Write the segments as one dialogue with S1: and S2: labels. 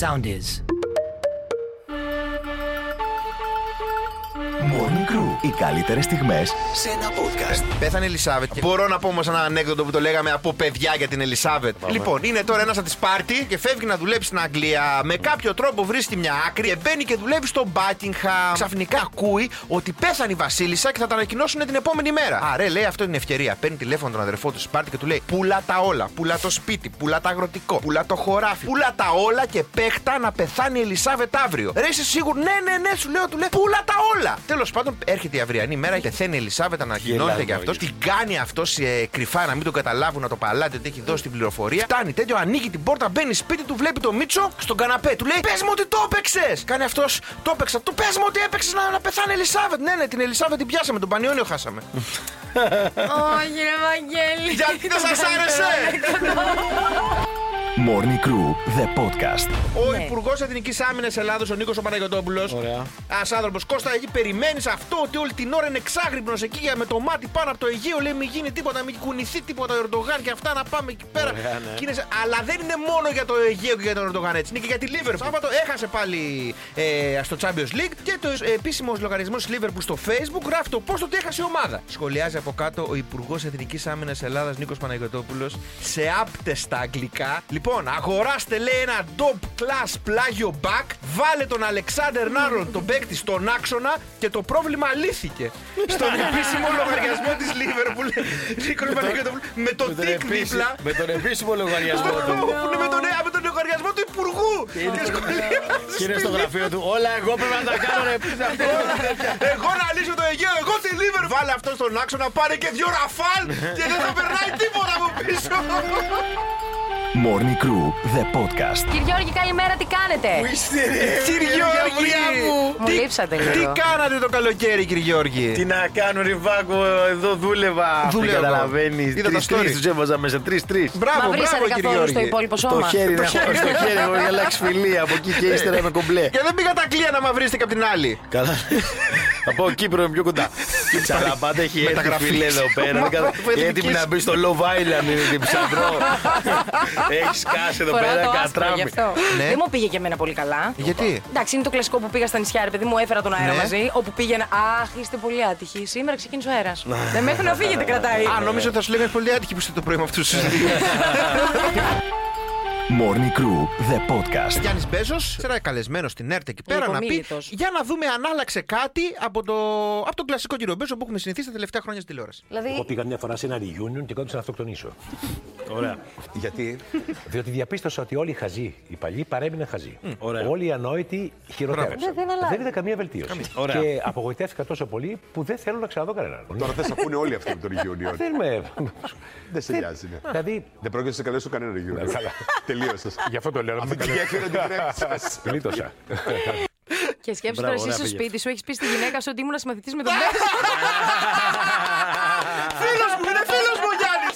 S1: sound is.
S2: Morning Crew. Οι καλύτερες στιγμές σε ένα podcast.
S3: Πέθανε η Ελισάβετ. Μπορώ να πω όμως ένα ανέκδοτο που το λέγαμε από παιδιά για την Ελισάβετ. Λοιπόν, είναι τώρα ένας από τη Σπάρτη και φεύγει να δουλέψει στην Αγγλία. Με κάποιο τρόπο βρίσκει μια άκρη και μπαίνει και δουλεύει στο Buckingham. Ξαφνικά ακούει ότι πέθανε η Βασίλισσα και θα τα ανακοινώσουν την επόμενη μέρα. Αρέ, λέει αυτό είναι ευκαιρία. Παίρνει τηλέφωνο τον αδερφό του στη Σπάρτη και του λέει Πουλά τα όλα. Πουλά το σπίτι, πουλά το αγροτικό, πουλά το χωράφι. Πουλά τα όλα και παίχτα να πεθάνει η Ελισάβετ αύριο. Ρε, είσαι σίγουρο, ναι, ναι, ναι, σου λέω, του λέει Πουλά τα όλα. Τέλος πάντων, έρχεται η αυριανή μέρα, πεθαίνει η Ελισάβετ, ανακοινώνεται
S4: Γελάει
S3: για αυτό.
S4: μόλις.
S3: Την κάνει αυτό ε, κρυφά να μην τον καταλάβουν να το παλάτε ότι έχει δώσει την πληροφορία. Φτάνει τέτοιο, ανοίγει την πόρτα, μπαίνει σπίτι του, βλέπει το Μίτσο στον καναπέ. Του λέει Πες μου ότι το έπαιξες! Κάνει αυτός, το έπαιξα. Του πες μου ότι έπαιξες να, να πεθάνει η Ελισάβετ. Ναι, ναι, την Ελισάβετ την πιάσαμε, τον Πανιόνιο χάσαμε.
S5: Όχι, ρε Βαγγέλη.
S3: Γιατί δεν σας άρεσε?
S2: Morning Crew, the podcast.
S3: Ο
S5: Ναι.
S3: Υπουργός Εθνικής Άμυνας Ελλάδος, ο Νίκος Παναγιοτόπουλο.
S4: Ωραία.
S3: Ένα άνθρωπος, Κώστα, εκεί περιμένεις αυτό ότι όλη την ώρα είναι εξάγρυπνο εκεί για με το μάτι πάνω από το Αιγαίο. Λέει: Μην γίνει τίποτα, μην κουνηθεί τίποτα ο Ερντογάν και αυτά να πάμε εκεί πέρα.
S4: Ωραία, ναι.
S3: Και είναι σε- Αλλά δεν είναι μόνο για το Αιγαίο και για τον Ερντογάν έτσι. Είναι και για τη Λίβερπουλ. Σάββατο έχασε πάλι ε, στο Champions League και το επίσημος λογαριασμός τη Λίβερπουλ στο Facebook γράφει το πώ ότι έχασε η ομάδα. Σχολιάζει από κάτω ο Υπουργός Εθνικής Άμυνας Ελλάδας Νίκος Παναγιοτόπουλο σε άπτεστα αγγλικά. Λοιπόν, αγοράστε λέει ένα top class πλάγιο back, βάλε τον Αλεξάνδρ Νάρον τον παίκτη στον άξονα και το πρόβλημα λύθηκε. Στον επίσημο λογαριασμό της Λίβερπουλ Νίκο Παναγιοτόπουλο με το
S4: τον
S3: τικ
S4: επίση-
S3: δίπλα.
S4: Με τον επίσημο λογαριασμό του.
S3: Είναι με τον, ε, με τον λογαριασμό του Υπουργού. Και σχολιάζει
S4: Και είναι
S3: στη
S4: στο γραφείο του. Όλα εγώ πρέπει να τα κάνω ρε. πείτε αυτό».
S3: Λίβερπουλ. Εγώ να λύσω το Αιγαίο, εγώ τη Λίβερ. Βάλε αυτό στον άξονα, πάρε και δυο ραφάλ και δεν θα περνάει τίποτα από πίσω.
S2: Morning Crew, the podcast.
S5: Κύριε Γιώργη, καλημέρα, τι κάνετε.
S3: Κύριε Γιώργη,
S5: Μου
S3: τι-
S5: λείψατε λίγο.
S3: τι κάνατε το καλοκαίρι, κύριε Γιώργη.
S4: Τι να κάνω, ρε Βάγκο, εδώ δούλευα.
S3: Δούλευα.
S4: Δεν καταλαβαίνει.
S3: Είδα τα
S4: Τρει
S3: stories.
S4: τους έβαζα μέσα. Τρει-τρει.
S3: Μπράβο, μπράβο,
S5: Μαυρίσατε
S3: κύριε
S5: καθόλου στο
S3: Γιώργη.
S5: υπόλοιπο
S4: Το
S5: σώμα.
S4: χέρι, να- στο χέρι, έχω αλλάξει φιλή. Από εκεί και ύστερα είμαι κομπλέ.
S3: Και δεν πήγα τα κλεία να μαυρίστηκα από την άλλη.
S4: Καλά. Από Κύπρο είμαι πιο κοντά. Αλλά πάντα έχει έρθει
S3: μεταγραφή.
S4: φίλε εδώ πέρα. Δεν κατα-
S3: Μεταγραφή
S4: Έτοιμη να μπει στο Love Island είναι την ψαυρό. Έχεις κάσει εδώ
S5: Φοράω
S4: πέρα
S5: το άσπρο
S4: κατράμι.
S5: γι' αυτό.
S3: Ναι.
S5: Δεν μου πήγε και εμένα πολύ καλά.
S3: Γιατί?
S5: Εντάξει, είναι το κλασικό που πήγα στα νησιά, ρε παιδί μου, έφερα τον αέρα
S3: Ναι.
S5: μαζί. Όπου πήγαινα. Αχ, είστε πολύ άτυχοι. Σήμερα ξεκίνησε ο αέρας.
S4: Ναι.
S5: Δεν μέχρι να φύγετε, κρατάει.
S3: Α, νόμιζα ότι θα σου λέγανε πολύ άτυχη που είστε το πρωί με αυτούς τους δύο.
S2: Morning Crew, the podcast.
S3: Γιάννης Μπέζος, σειρά καλεσμένο στην ΕΡΤ εκεί πέρα να πει.
S5: Λιγομίλητος.
S3: Για να δούμε αν άλλαξε κάτι από, το, από τον κλασικό κύριο Μπέζο που έχουμε συνηθίσει τα τελευταία χρόνια στην τηλεόραση.
S6: Εγώ
S5: Δηλαδή,
S6: πήγα μια φορά σε ένα reunion και κόντυψα να αυτοκτονήσω.
S4: Ωραία.
S6: Γιατί? Διότι διαπίστωσα ότι όλοι οι χαζοί, οι παλιοί, παρέμειναν χαζοί.
S4: ωραία.
S6: Όλοι οι ανόητοι χειροτέρευσαν.
S5: Δεν- δεν αλλάζει.
S6: είδα καμία βελτίωση.
S4: Ωραία.
S6: Και απογοητεύτηκα τόσο πολύ που δεν θέλω να ξαναδώ κανέναν.
S7: Τώρα θε να πούνε όλοι αυτοί με τον Reunion.
S6: Δεν με.
S7: Δεν σε νοιάζει. ναι.
S6: Δηλαδή,
S7: Δεν πρόκειται να σε καλέσω κανένα
S4: Ναι.
S7: Reunion. Τελείωσε.
S6: γι' αυτό το λέω να
S7: Αυτή
S6: μην
S7: την έφερα την πρέπη σας.
S6: Γλίτωσα.
S5: και σκέψτε τώρα,
S4: Μπράβο,
S5: εσύ
S4: ωραία
S5: στο
S4: πήγες. Ναι.
S5: σπίτι σου έχεις πει στη γυναίκα σου ότι ήμουν συμμαθητή με τον Oh, Μπέζο.
S3: Φίλος μου, είναι φίλος μου ο Γιάννης!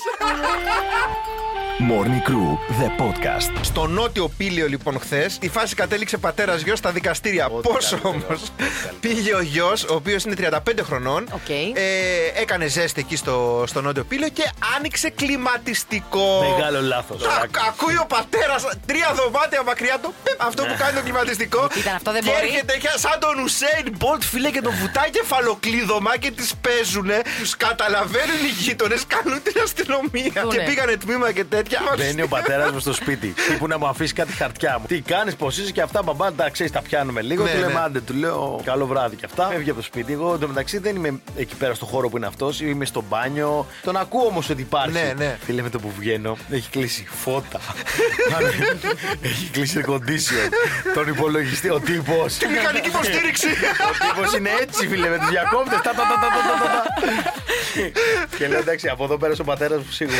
S2: Morning Crew, the podcast.
S3: Στο νότιο πήλιο, λοιπόν, χθες, η φάση κατέληξε πατέρας γιος στα δικαστήρια. Πόσο όμω πήγε ο γιος, ο οποίος είναι 35 χρονών,
S5: Οκ.
S3: ε, έκανε ζέστη εκεί στο, στο νότιο πήλιο και άνοιξε κλιματιστικό.
S4: Μεγάλο λάθος.
S3: Α- Ακούει ο πατέρας τρία δωμάτια μακριά του. πιπ, Αυτό
S4: Ναι.
S3: που κάνει το κλιματιστικό.
S5: Τι Λοιπόν, ήταν αυτό, δεν
S3: και
S5: μπορεί.
S3: έρχεται και σαν τον Ουσέιν Μπολτ, φίλε, και τον βουτάει κεφαλοκλείδωμα και τις παίζουνε. Τους καταλαβαίνουν οι γείτονες, καλούν την αστυνομία.
S5: Δούνε.
S3: Και πήγανε τμήμα και τέτοια.
S4: Μπαίνει ο πατέρας μου στο σπίτι. Τύπου να μου αφήσει κάτι χαρτιά μου. Τι κάνεις, πώ είσαι και αυτά, μπαμπά, τα ξέρεις, τα πιάνουμε λίγο.
S3: Ναι,
S4: του λέμε
S3: ναι.
S4: άντε, του λέω καλό βράδυ και αυτά. Φεύγει από το σπίτι. Εγώ εντωμεταξύ δεν είμαι εκεί πέρα στο χώρο που είναι αυτός, είμαι στο μπάνιο. Τον ακούω όμως ότι υπάρχει.
S3: Ναι, ναι.
S4: Φίλε με το που βγαίνω, έχει κλείσει φώτα. έχει κλείσει air condition. τον υπολογιστή, ο τύπος.
S3: Τη μηχανική υποστήριξη.
S4: Τύπος είναι έτσι, φίλε, με τους διακόπτες. Τα, τα, τα, τα, τα, τα, τα. και λέω εντάξει, από εδώ πέρασε ο πατέρας μου σίγουρα.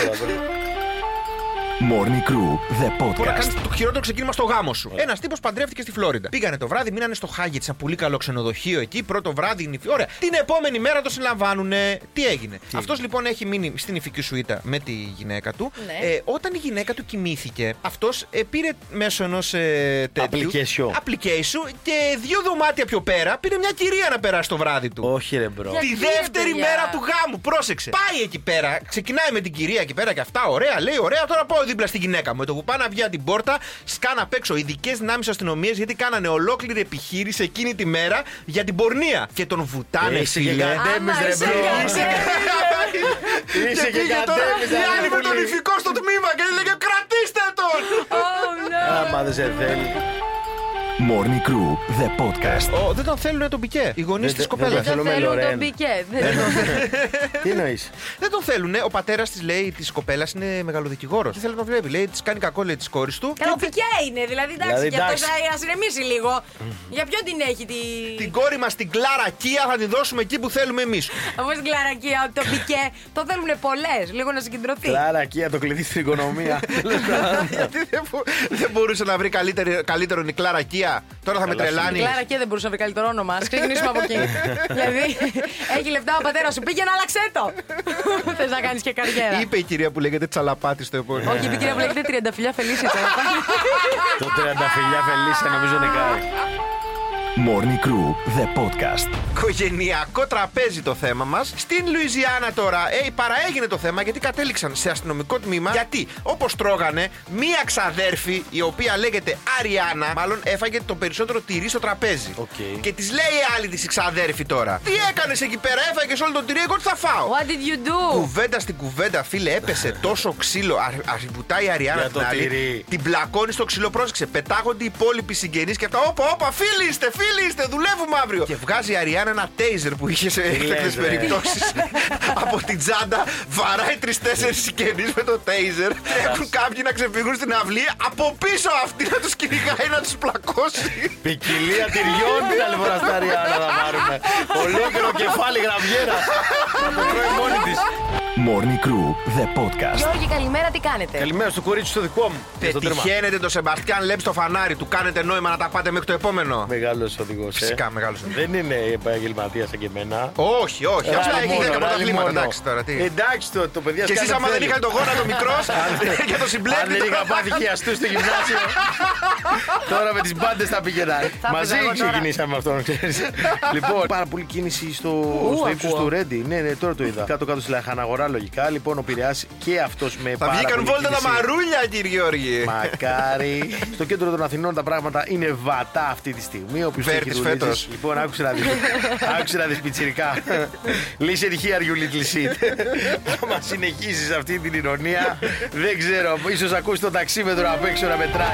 S2: Morning Crew, the
S3: Μπορεί να κάνει
S2: podcast.
S3: το χειρότερο ξεκίνημα στο γάμο σου. Ένας τύπος παντρεύτηκε στη Φλόριντα. Πήγανε το βράδυ, μείνανε στο Χάγετ, ένα πολύ καλό ξενοδοχείο εκεί. Πρώτο βράδυ, νυφι. Ωραία. Την επόμενη μέρα το συλλαμβάνουνε. Τι έγινε. Αυτός λοιπόν έχει μείνει στην ηφική σουίτα με τη γυναίκα του.
S5: Ναι.
S3: Ε, όταν η γυναίκα του κοιμήθηκε, αυτός πήρε μέσω ενός ε, τέτοιου.
S4: Application.
S3: application και δύο δωμάτια πιο πέρα πήρε μια κυρία να περάσει το βράδυ του.
S4: Όχι, ρε μπρο.
S3: Τη
S5: Γιατί,
S3: δεύτερη
S5: παιδιά?
S3: μέρα του γάμου, πρόσεξε. Πάει εκεί πέρα, ξεκινάει με την κυρία εκεί πέρα και αυτά, ωραία, λέει, ωραία, τώρα πάω δίπλα στη γυναίκα μου. Με το που πάνα βγει από την πόρτα, σκάνα απ' έξω ειδικές δυνάμεις αστυνομίας γιατί κάνανε ολόκληρη επιχείρηση εκείνη τη μέρα για την πορνεία. Και τον βουτάνε
S4: Είσαι
S3: φίλε.
S4: και κατέμις, Ε,
S5: Άμα
S4: ρε,
S5: είσαι
S4: μπρο.
S5: κα-
S3: Είσαι και-
S4: Είσαι
S3: Και
S4: και
S3: πήγε τώρα
S4: κατέμις,
S3: η
S4: ρε,
S3: άλλη με τον
S4: πολύ.
S3: ηφικό στο τμήμα και έλεγε κρατήστε τον.
S5: Oh, no.
S4: Άμα δεν σε θέλει.
S2: Morning Crew, the podcast.
S3: Ω, δεν τον θέλουν τον πικέ. Οι γονείς
S4: Δεν-
S3: της
S4: δεν τον
S3: κοπέλας.
S4: θέλουν.
S5: Δεν
S4: Θέλουμε
S5: θέλουν τον
S4: Λορέν. Ναι,
S5: Πικέ. Δεν τον-
S4: Τι εννοείς.
S3: Δεν τον θέλουν. Ο πατέρας της λέει της κοπέλας είναι μεγαλοδικηγόρος. Δεν θέλει να τον βλέπει. Λέει της κάνει κακό, λέει της κόρης του.
S5: Καλά, ο Πικέ είναι, δηλαδή εντάξει,
S4: Δηλαδή,
S5: και αυτό
S4: εντάξει.
S5: θα συνεμίσει λίγο. Για ποιον την έχει τη.
S3: Την κόρη μας την Κλάρα Κία θα τη δώσουμε εκεί που θέλουμε εμείς.
S5: Όπω την κλαρακία, ότι το Πικέ το θέλουν πολλές, λίγο να συγκεντρωθεί.
S4: Κλάρα, Κία, το κλειδί στην οικονομία.
S3: Γιατί δεν, μπο- δεν μπορούσε να βρει καλύτερη, καλύτερον η Κλάρα Κία. Τώρα θα με
S5: Η
S3: τρελάνει.
S5: Κλάρα και δεν μπορούσε να βρει καλύτερο όνομα. Ας ξεκινήσουμε από εκεί. δηλαδή, έχει λεφτά ο πατέρας σου. Πήγαινε, άλλαξε το. Θες να κάνεις και καριέρα.
S3: Είπε η κυρία που λέγεται Τσαλαπάτη στο επόμενο.
S5: Όχι, είπε η κυρία που λέγεται Τριανταφυλιά Φελίσιτσα.
S4: Το 30 φιλιά Φελίσια νομίζω νικάρει.
S2: Morning Crew, the podcast.
S3: Οικογενειακό τραπέζι το θέμα μας. Στην Λουιζιάννα τώρα, ε, παραέγινε το θέμα γιατί κατέληξαν σε αστυνομικό τμήμα. Γιατί, όπως τρώγανε, μία ξαδέρφη η οποία λέγεται Αριάννα, μάλλον έφαγε το περισσότερο τυρί στο τραπέζι.
S4: Οκ.
S3: Και της λέει η άλλη της ξαδέρφη τώρα. Τι έκανες εκεί πέρα, έφαγες όλο το τυρί, εγώ τι θα φάω.
S5: What did you do?
S3: Κουβέντα στην κουβέντα, φίλε, έπεσε τόσο ξύλο. Αρ- Αρβουτάει η Αριάννα
S4: Για
S3: την
S4: το
S3: άλλη.
S4: τυρί.
S3: Την πλακώνει στο ξύλο, πρόσεξε. Πετάγονται οι υπόλοιποι συγγενείς και αυτά. Όπα, όπα, φίλοι είστε, φίλοι είστε, δουλεύουμε αύριο. Και βγάζει η Αριάννα ένα τέιζερ που είχε σε έκτακτε
S4: λες, ρε.
S3: περιπτώσεις. Από την τσάντα βαράει τρει-τέσσερι συγγενεί με το τέιζερ. Έχουν κάποιοι να ξεφύγουν στην αυλή. Από πίσω αυτή να τους κυνηγάει να τους πλακώσει.
S4: Ποικιλία τυριών τα λοιπόν στα Ριάννα θα πάρουμε. Ολόκληρο κεφάλι γραβιέρα. Θα το τρώει μόνη της.
S2: Morning Crew, the podcast.
S5: Γιώργη, καλημέρα, τι κάνετε.
S4: Καλημέρα στο κορίτσι στο δικό μου. και στο τέρμα.
S3: Πετυχαίνετε το Σεμπαστιάν Λέμ στο φανάρι. Του κάνετε νόημα να τα πάτε μέχρι το επόμενο.
S4: Μεγάλος οδηγός.
S3: Φυσικά, μεγάλος οδηγός.
S4: ε. Δεν είναι επαγγελματίας σαν και εμένα.
S3: Όχι,
S5: Ε,
S3: όχι. Αυτά έχει
S4: Ράλι Ε, μόνο,
S3: 10
S4: ράλι
S3: πρωταθλήματα.
S4: μόνο. Ε,
S3: Εντάξει τώρα. Τι.
S4: Εντάξει, το, το παιδί
S3: Και εσείς, άμα δεν είχατε τον γόνατο μικρός και το
S4: Αν δεν
S3: συμπλέκτη.
S4: είχα πάθει χιαστού στο γυμνάσιο. τώρα με τις μπάντες θα πήγαινα.
S5: Θα
S4: Μαζί
S5: πήγα εγώ τώρα.
S4: ξεκινήσαμε αυτόν, ξέρεις. λοιπόν, πάρα πολύ κίνηση στο,
S5: Ου,
S4: στο ύψος
S5: ακούω.
S4: του Ρέντι. Ναι, ναι, τώρα το είδα. Κάτω-κάτω στη λαχαναγορά, λογικά. Λοιπόν, ο Πειραιάς και αυτός με
S3: Θα
S4: πάρα
S3: βγήκαν
S4: πολύ
S3: βόλτα τα
S4: κίνηση.
S3: μαρούλια, κύριε Γιώργη.
S4: Μακάρι. Στο κέντρο των Αθηνών τα πράγματα είναι βατά αυτή τη στιγμή. Όποιο
S3: Βέρτης
S4: έχει δουλίτες.
S3: φέτος.
S4: Λοιπόν, άκουσε να δεις. άκουσε να δεις πιτσυρικά. Λύσε τη here you little shit. Άμα συνεχίσεις αυτή την ηρωνία, δεν ξέρω. ίσως ακούσει το ταξίμετρο απ' έξω να μετράει.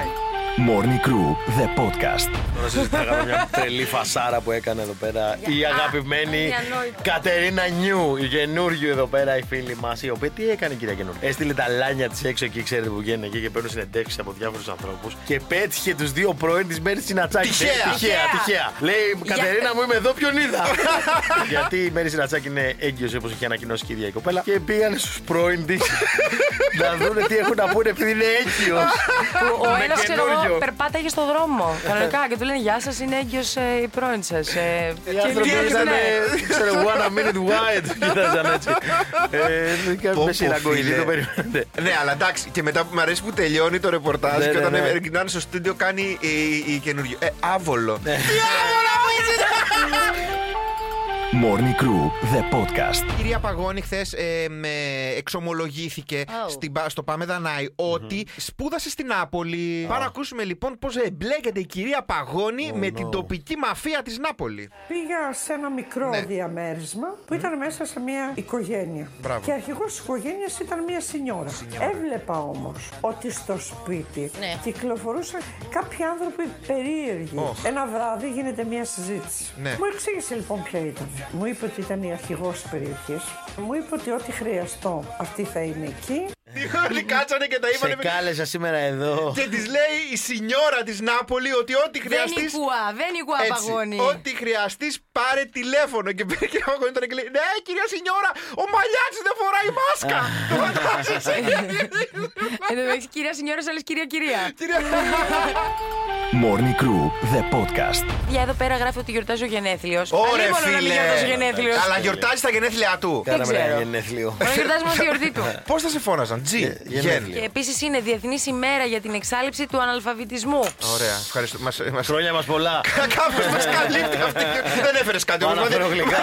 S2: Morning Crew, the podcast.
S4: Τώρα συζητάγαμε μια τρελή φασάρα που έκανε εδώ πέρα η αγαπημένη
S5: η ανόητη.
S4: Κατερίνα Νιού, η καινούργιου εδώ πέρα, η φίλη μας, η οποία τι έκανε, κυρία Καινούργια. Έστειλε τα λάνια της έξω εκεί, ξέρετε που βγαίνουν εκεί και παίρνουν συνεντεύξεις από διάφορους ανθρώπους και πέτυχε τους δύο πρώην της Μέρης Σινατσάκη.
S3: Τυχαία.
S4: Ε, τυχαία,
S5: Τυχαία.
S4: τυχαία. Λέει, Κατερίνα μου, είμαι εδώ, ποιον είδα. Γιατί η Μέρη Σινατσάκη είναι έγκυος, όπως είχε ανακοινώσει και η ίδια η κοπέλα. Και πήγαν στους πρώην της να δουν τι έχουν να πούνε επειδή είναι έγκυος.
S5: Ο- Ο ένα ξέρω εγώ περπάταγε στο δρόμο. Κανονικά και του λένε Γεια σας, είναι έγκυος η πρώην ε, σα.
S4: Οι άνθρωποι
S5: ναι».
S4: ήταν, ε, ξέρω, one minute wide. Κοίταζαν έτσι. Ε,
S3: Πω, πω,
S4: Με σειραγωγή,
S3: φίλε.
S4: το περιμένετε.
S3: Ναι, αλλά εντάξει, και μετά που μου αρέσει που τελειώνει το ρεπορτάζ
S4: Ναι,
S3: και
S4: ναι,
S3: όταν ε,
S4: ναι.
S3: γυρνάνε στο στούντιο κάνει η, η καινούργια. Ε, άβολο.
S4: Ναι.
S3: Τι άβολο που
S2: Morning Crew, the podcast.
S3: Η κυρία Παγώνη χθες ε, με εξομολογήθηκε
S5: Oh.
S3: στην Πα- στο Πάμε Δανάη ότι σπούδασε στην Νάπολη. Πάμε να ακούσουμε λοιπόν πώς εμπλέκεται η κυρία Παγώνη με την τοπική μαφία της Νάπολη.
S1: Πήγα σε ένα μικρό διαμέρισμα που ήταν μέσα σε μια οικογένεια.
S3: Μπράβο.
S1: Και αρχηγός της οικογένειας ήταν μια σινιόρα. Έβλεπα όμως ότι στο σπίτι
S5: Ναι.
S1: κυκλοφορούσαν κάποιοι άνθρωποι περίεργοι. Ένα βράδυ γίνεται μια συζήτηση.
S3: Ναι.
S1: Μου εξήγησε λοιπόν ποια ήταν. Μου είπε ότι ήταν η αρχηγός της περιοχής. Μου είπε ότι ό,τι χρειαστώ αυτή θα είναι εκεί.
S3: Όλοι κάτσανε και τα
S4: Σε
S3: είπανε.
S4: κάλεσα σήμερα εδώ.
S3: Και της λέει η σινιόρα της Νάπολη ότι ό,τι
S5: Δεν
S3: χρειαστείς.
S5: οικουά, δεν οικουά παγώνει.
S3: ό,τι χρειαστείς, πάρε τηλέφωνο. Και πήρε και παγώνει τώρα και λέει: Ναι, κυρία Σινιόρα, ο μαλλιάτσι δεν φοράει μάσκα. Το φαντάζεσαι.
S5: Εν τω μεταξύ, κυρία Σινιόρα, άλλε κυρία κυρία.
S2: Morning Crew, the podcast.
S5: Για εδώ πέρα γράφει ότι γιορτάζει ο γενέθλιος.
S3: Ωρε
S5: να μην γιορτάζει ο γενέθλιος.
S3: φίλε. Αλλά γιορτάζει τα γενέθλιά του.
S4: Κάναμε ένα
S5: ξέρω.
S4: γενέθλιο.
S5: Μπορεί να γιορτάζουμε τη γιορτή του.
S3: Πώς θα σε φώναζαν, Τζι,
S4: Ε, γενέθλια.
S5: Και επίσης είναι Διεθνής ημέρα για την εξάλληψη του αναλφαβητισμού.
S3: Ωραία, ευχαριστώ. Μας, μας...
S4: Χρόνια μας πολλά.
S3: Κάπως μας καλύπτει αυτή. Δεν έφερες κάτι όμως.
S4: Πάνω γλυκά.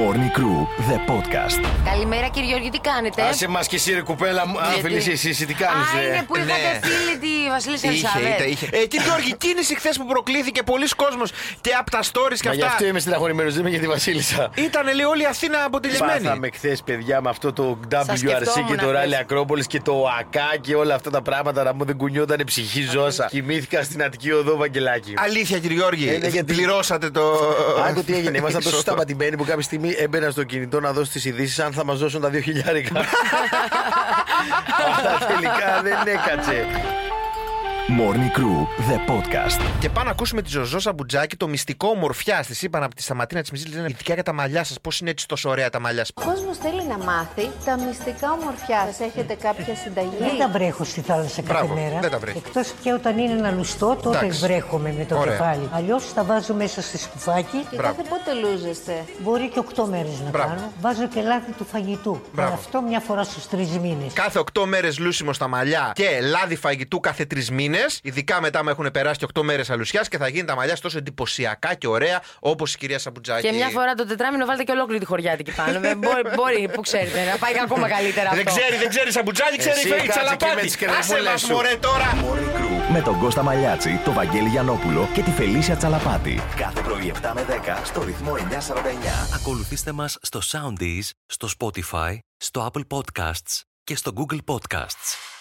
S2: Morning Crew, the podcast.
S5: Καλημέρα κύριε Γιώργη, τι κάνετε.
S4: Άσε μας και εσύ, ρε κουπέλα μου. Αν
S5: Γιατί?
S4: φιλήσει εσύ, τι κάνεις.
S5: Α, είναι που είχατε
S3: Ναι.
S5: φίλη τη Βασίλισσα
S3: Είχε,
S5: Ελισάβετ.
S3: είχε, είχε. Ε, κύριε Γιώργη, κίνηση χθες που προκλήθηκε πολλοί κόσμος και από τα stories και
S4: Μα γι'
S3: αυτά.
S4: αυτό είμαι στεναχωρημένο, δεν είμαι για τη Βασίλισσα.
S3: Ήταν λέει όλη η Αθήνα αποτελεσμένη.
S4: Πάθαμε χθες, παιδιά, με αυτό το WRC και
S5: σκεφτόμουν
S4: το Rally
S5: χθες.
S4: Ακρόπολη και το ΑΚΑ και όλα αυτά τα πράγματα να μου δεν κουνιόταν η ψυχή ζώσα. Κοιμήθηκα στην Αττική Οδό, Βαγγελάκη.
S3: Αλήθεια, κύριε Γιώργη.
S4: Ε, ναι, γιατί-
S3: Πληρώσατε το.
S4: Άκου τι έγινε. Ήμασταν τόσο
S3: Σωστό.
S4: σταματημένοι που κάποια στιγμή έμπαινα στο κινητό να δω τις ειδήσεις αν θα μας δώσουν τα δύο χιλιάρικα. Αλλά τελικά δεν έκατσε.
S2: Morning Crew, the podcast.
S3: Και πάμε να ακούσουμε τη Ζωζό Σαμπουτζάκη, το μυστικό ομορφιά. Της είπαν από τη Σταματίνα της Μιζήλης, λένε ειδικά για τα μαλλιά σας. Πώς είναι έτσι τόσο ωραία τα μαλλιά σας.
S8: Ο κόσμος θέλει να μάθει τα μυστικά ομορφιά. Σας έχετε κάποια
S9: Δεν τα
S8: συνταγή.
S9: βρέχω στη θάλασσα
S3: Μπράβο,
S9: κάθε μέρα.
S3: δεν τα βρέχεις.
S9: Εκτός και όταν είναι ένα λουστό, τότε
S3: Εντάξει.
S9: βρέχομαι με το
S3: Ωραία.
S9: κεφάλι. Αλλιώς τα βάζω μέσα στη σκουφάκι.
S8: Και
S3: Μπράβο.
S8: κάθε πότε λούζεστε.
S9: Μπορεί και 8 μέρες να
S3: Μπράβο.
S9: κάνω. Βάζω και λάδι του φαγητού.
S3: Μπράβο.
S9: Αλλά αυτό μια φορά στους τρεις μήνες.
S3: Κάθε 8 μέρες λούσιμο στα μαλλιά και λάδι φαγητού κάθε 3 μήνε. Ειδικά μετά με έχουν περάσει και 8 μέρες αλουσιάς και θα γίνει τα μαλλιά σας τόσο εντυπωσιακά και ωραία όπως η κυρία Σαμπουτζάκη.
S5: Και μια φορά το τετράμινο βάλτε και ολόκληρη τη χωριάτικη πάνω. Δεν μπορεί, μπορεί, που ξέρετε, να πάει ακόμα καλύτερα αυτό.
S3: Δεν ξέρει, δεν ξέρει Σαμπουτζάκη, ξέρει
S4: Εσύ
S3: η Φέη
S4: κάτσε και
S3: Τσαλαπάτη.
S4: με τις
S3: Άσε
S4: κρεμούλες
S3: μας,
S4: σου.
S3: μωρέ τώρα.
S2: Morning Crew με τον Κώστα Μαλιάτση, τον Βαγγέλη Γιανόπουλο και τη Φελίσια Τσαλαπάτη. Κάθε πρωί 7 με 10 στο ρυθμό 949.
S10: Ακολουθήστε μας στο Soundees, στο Spotify, στο Apple Podcasts και στο Google Podcasts.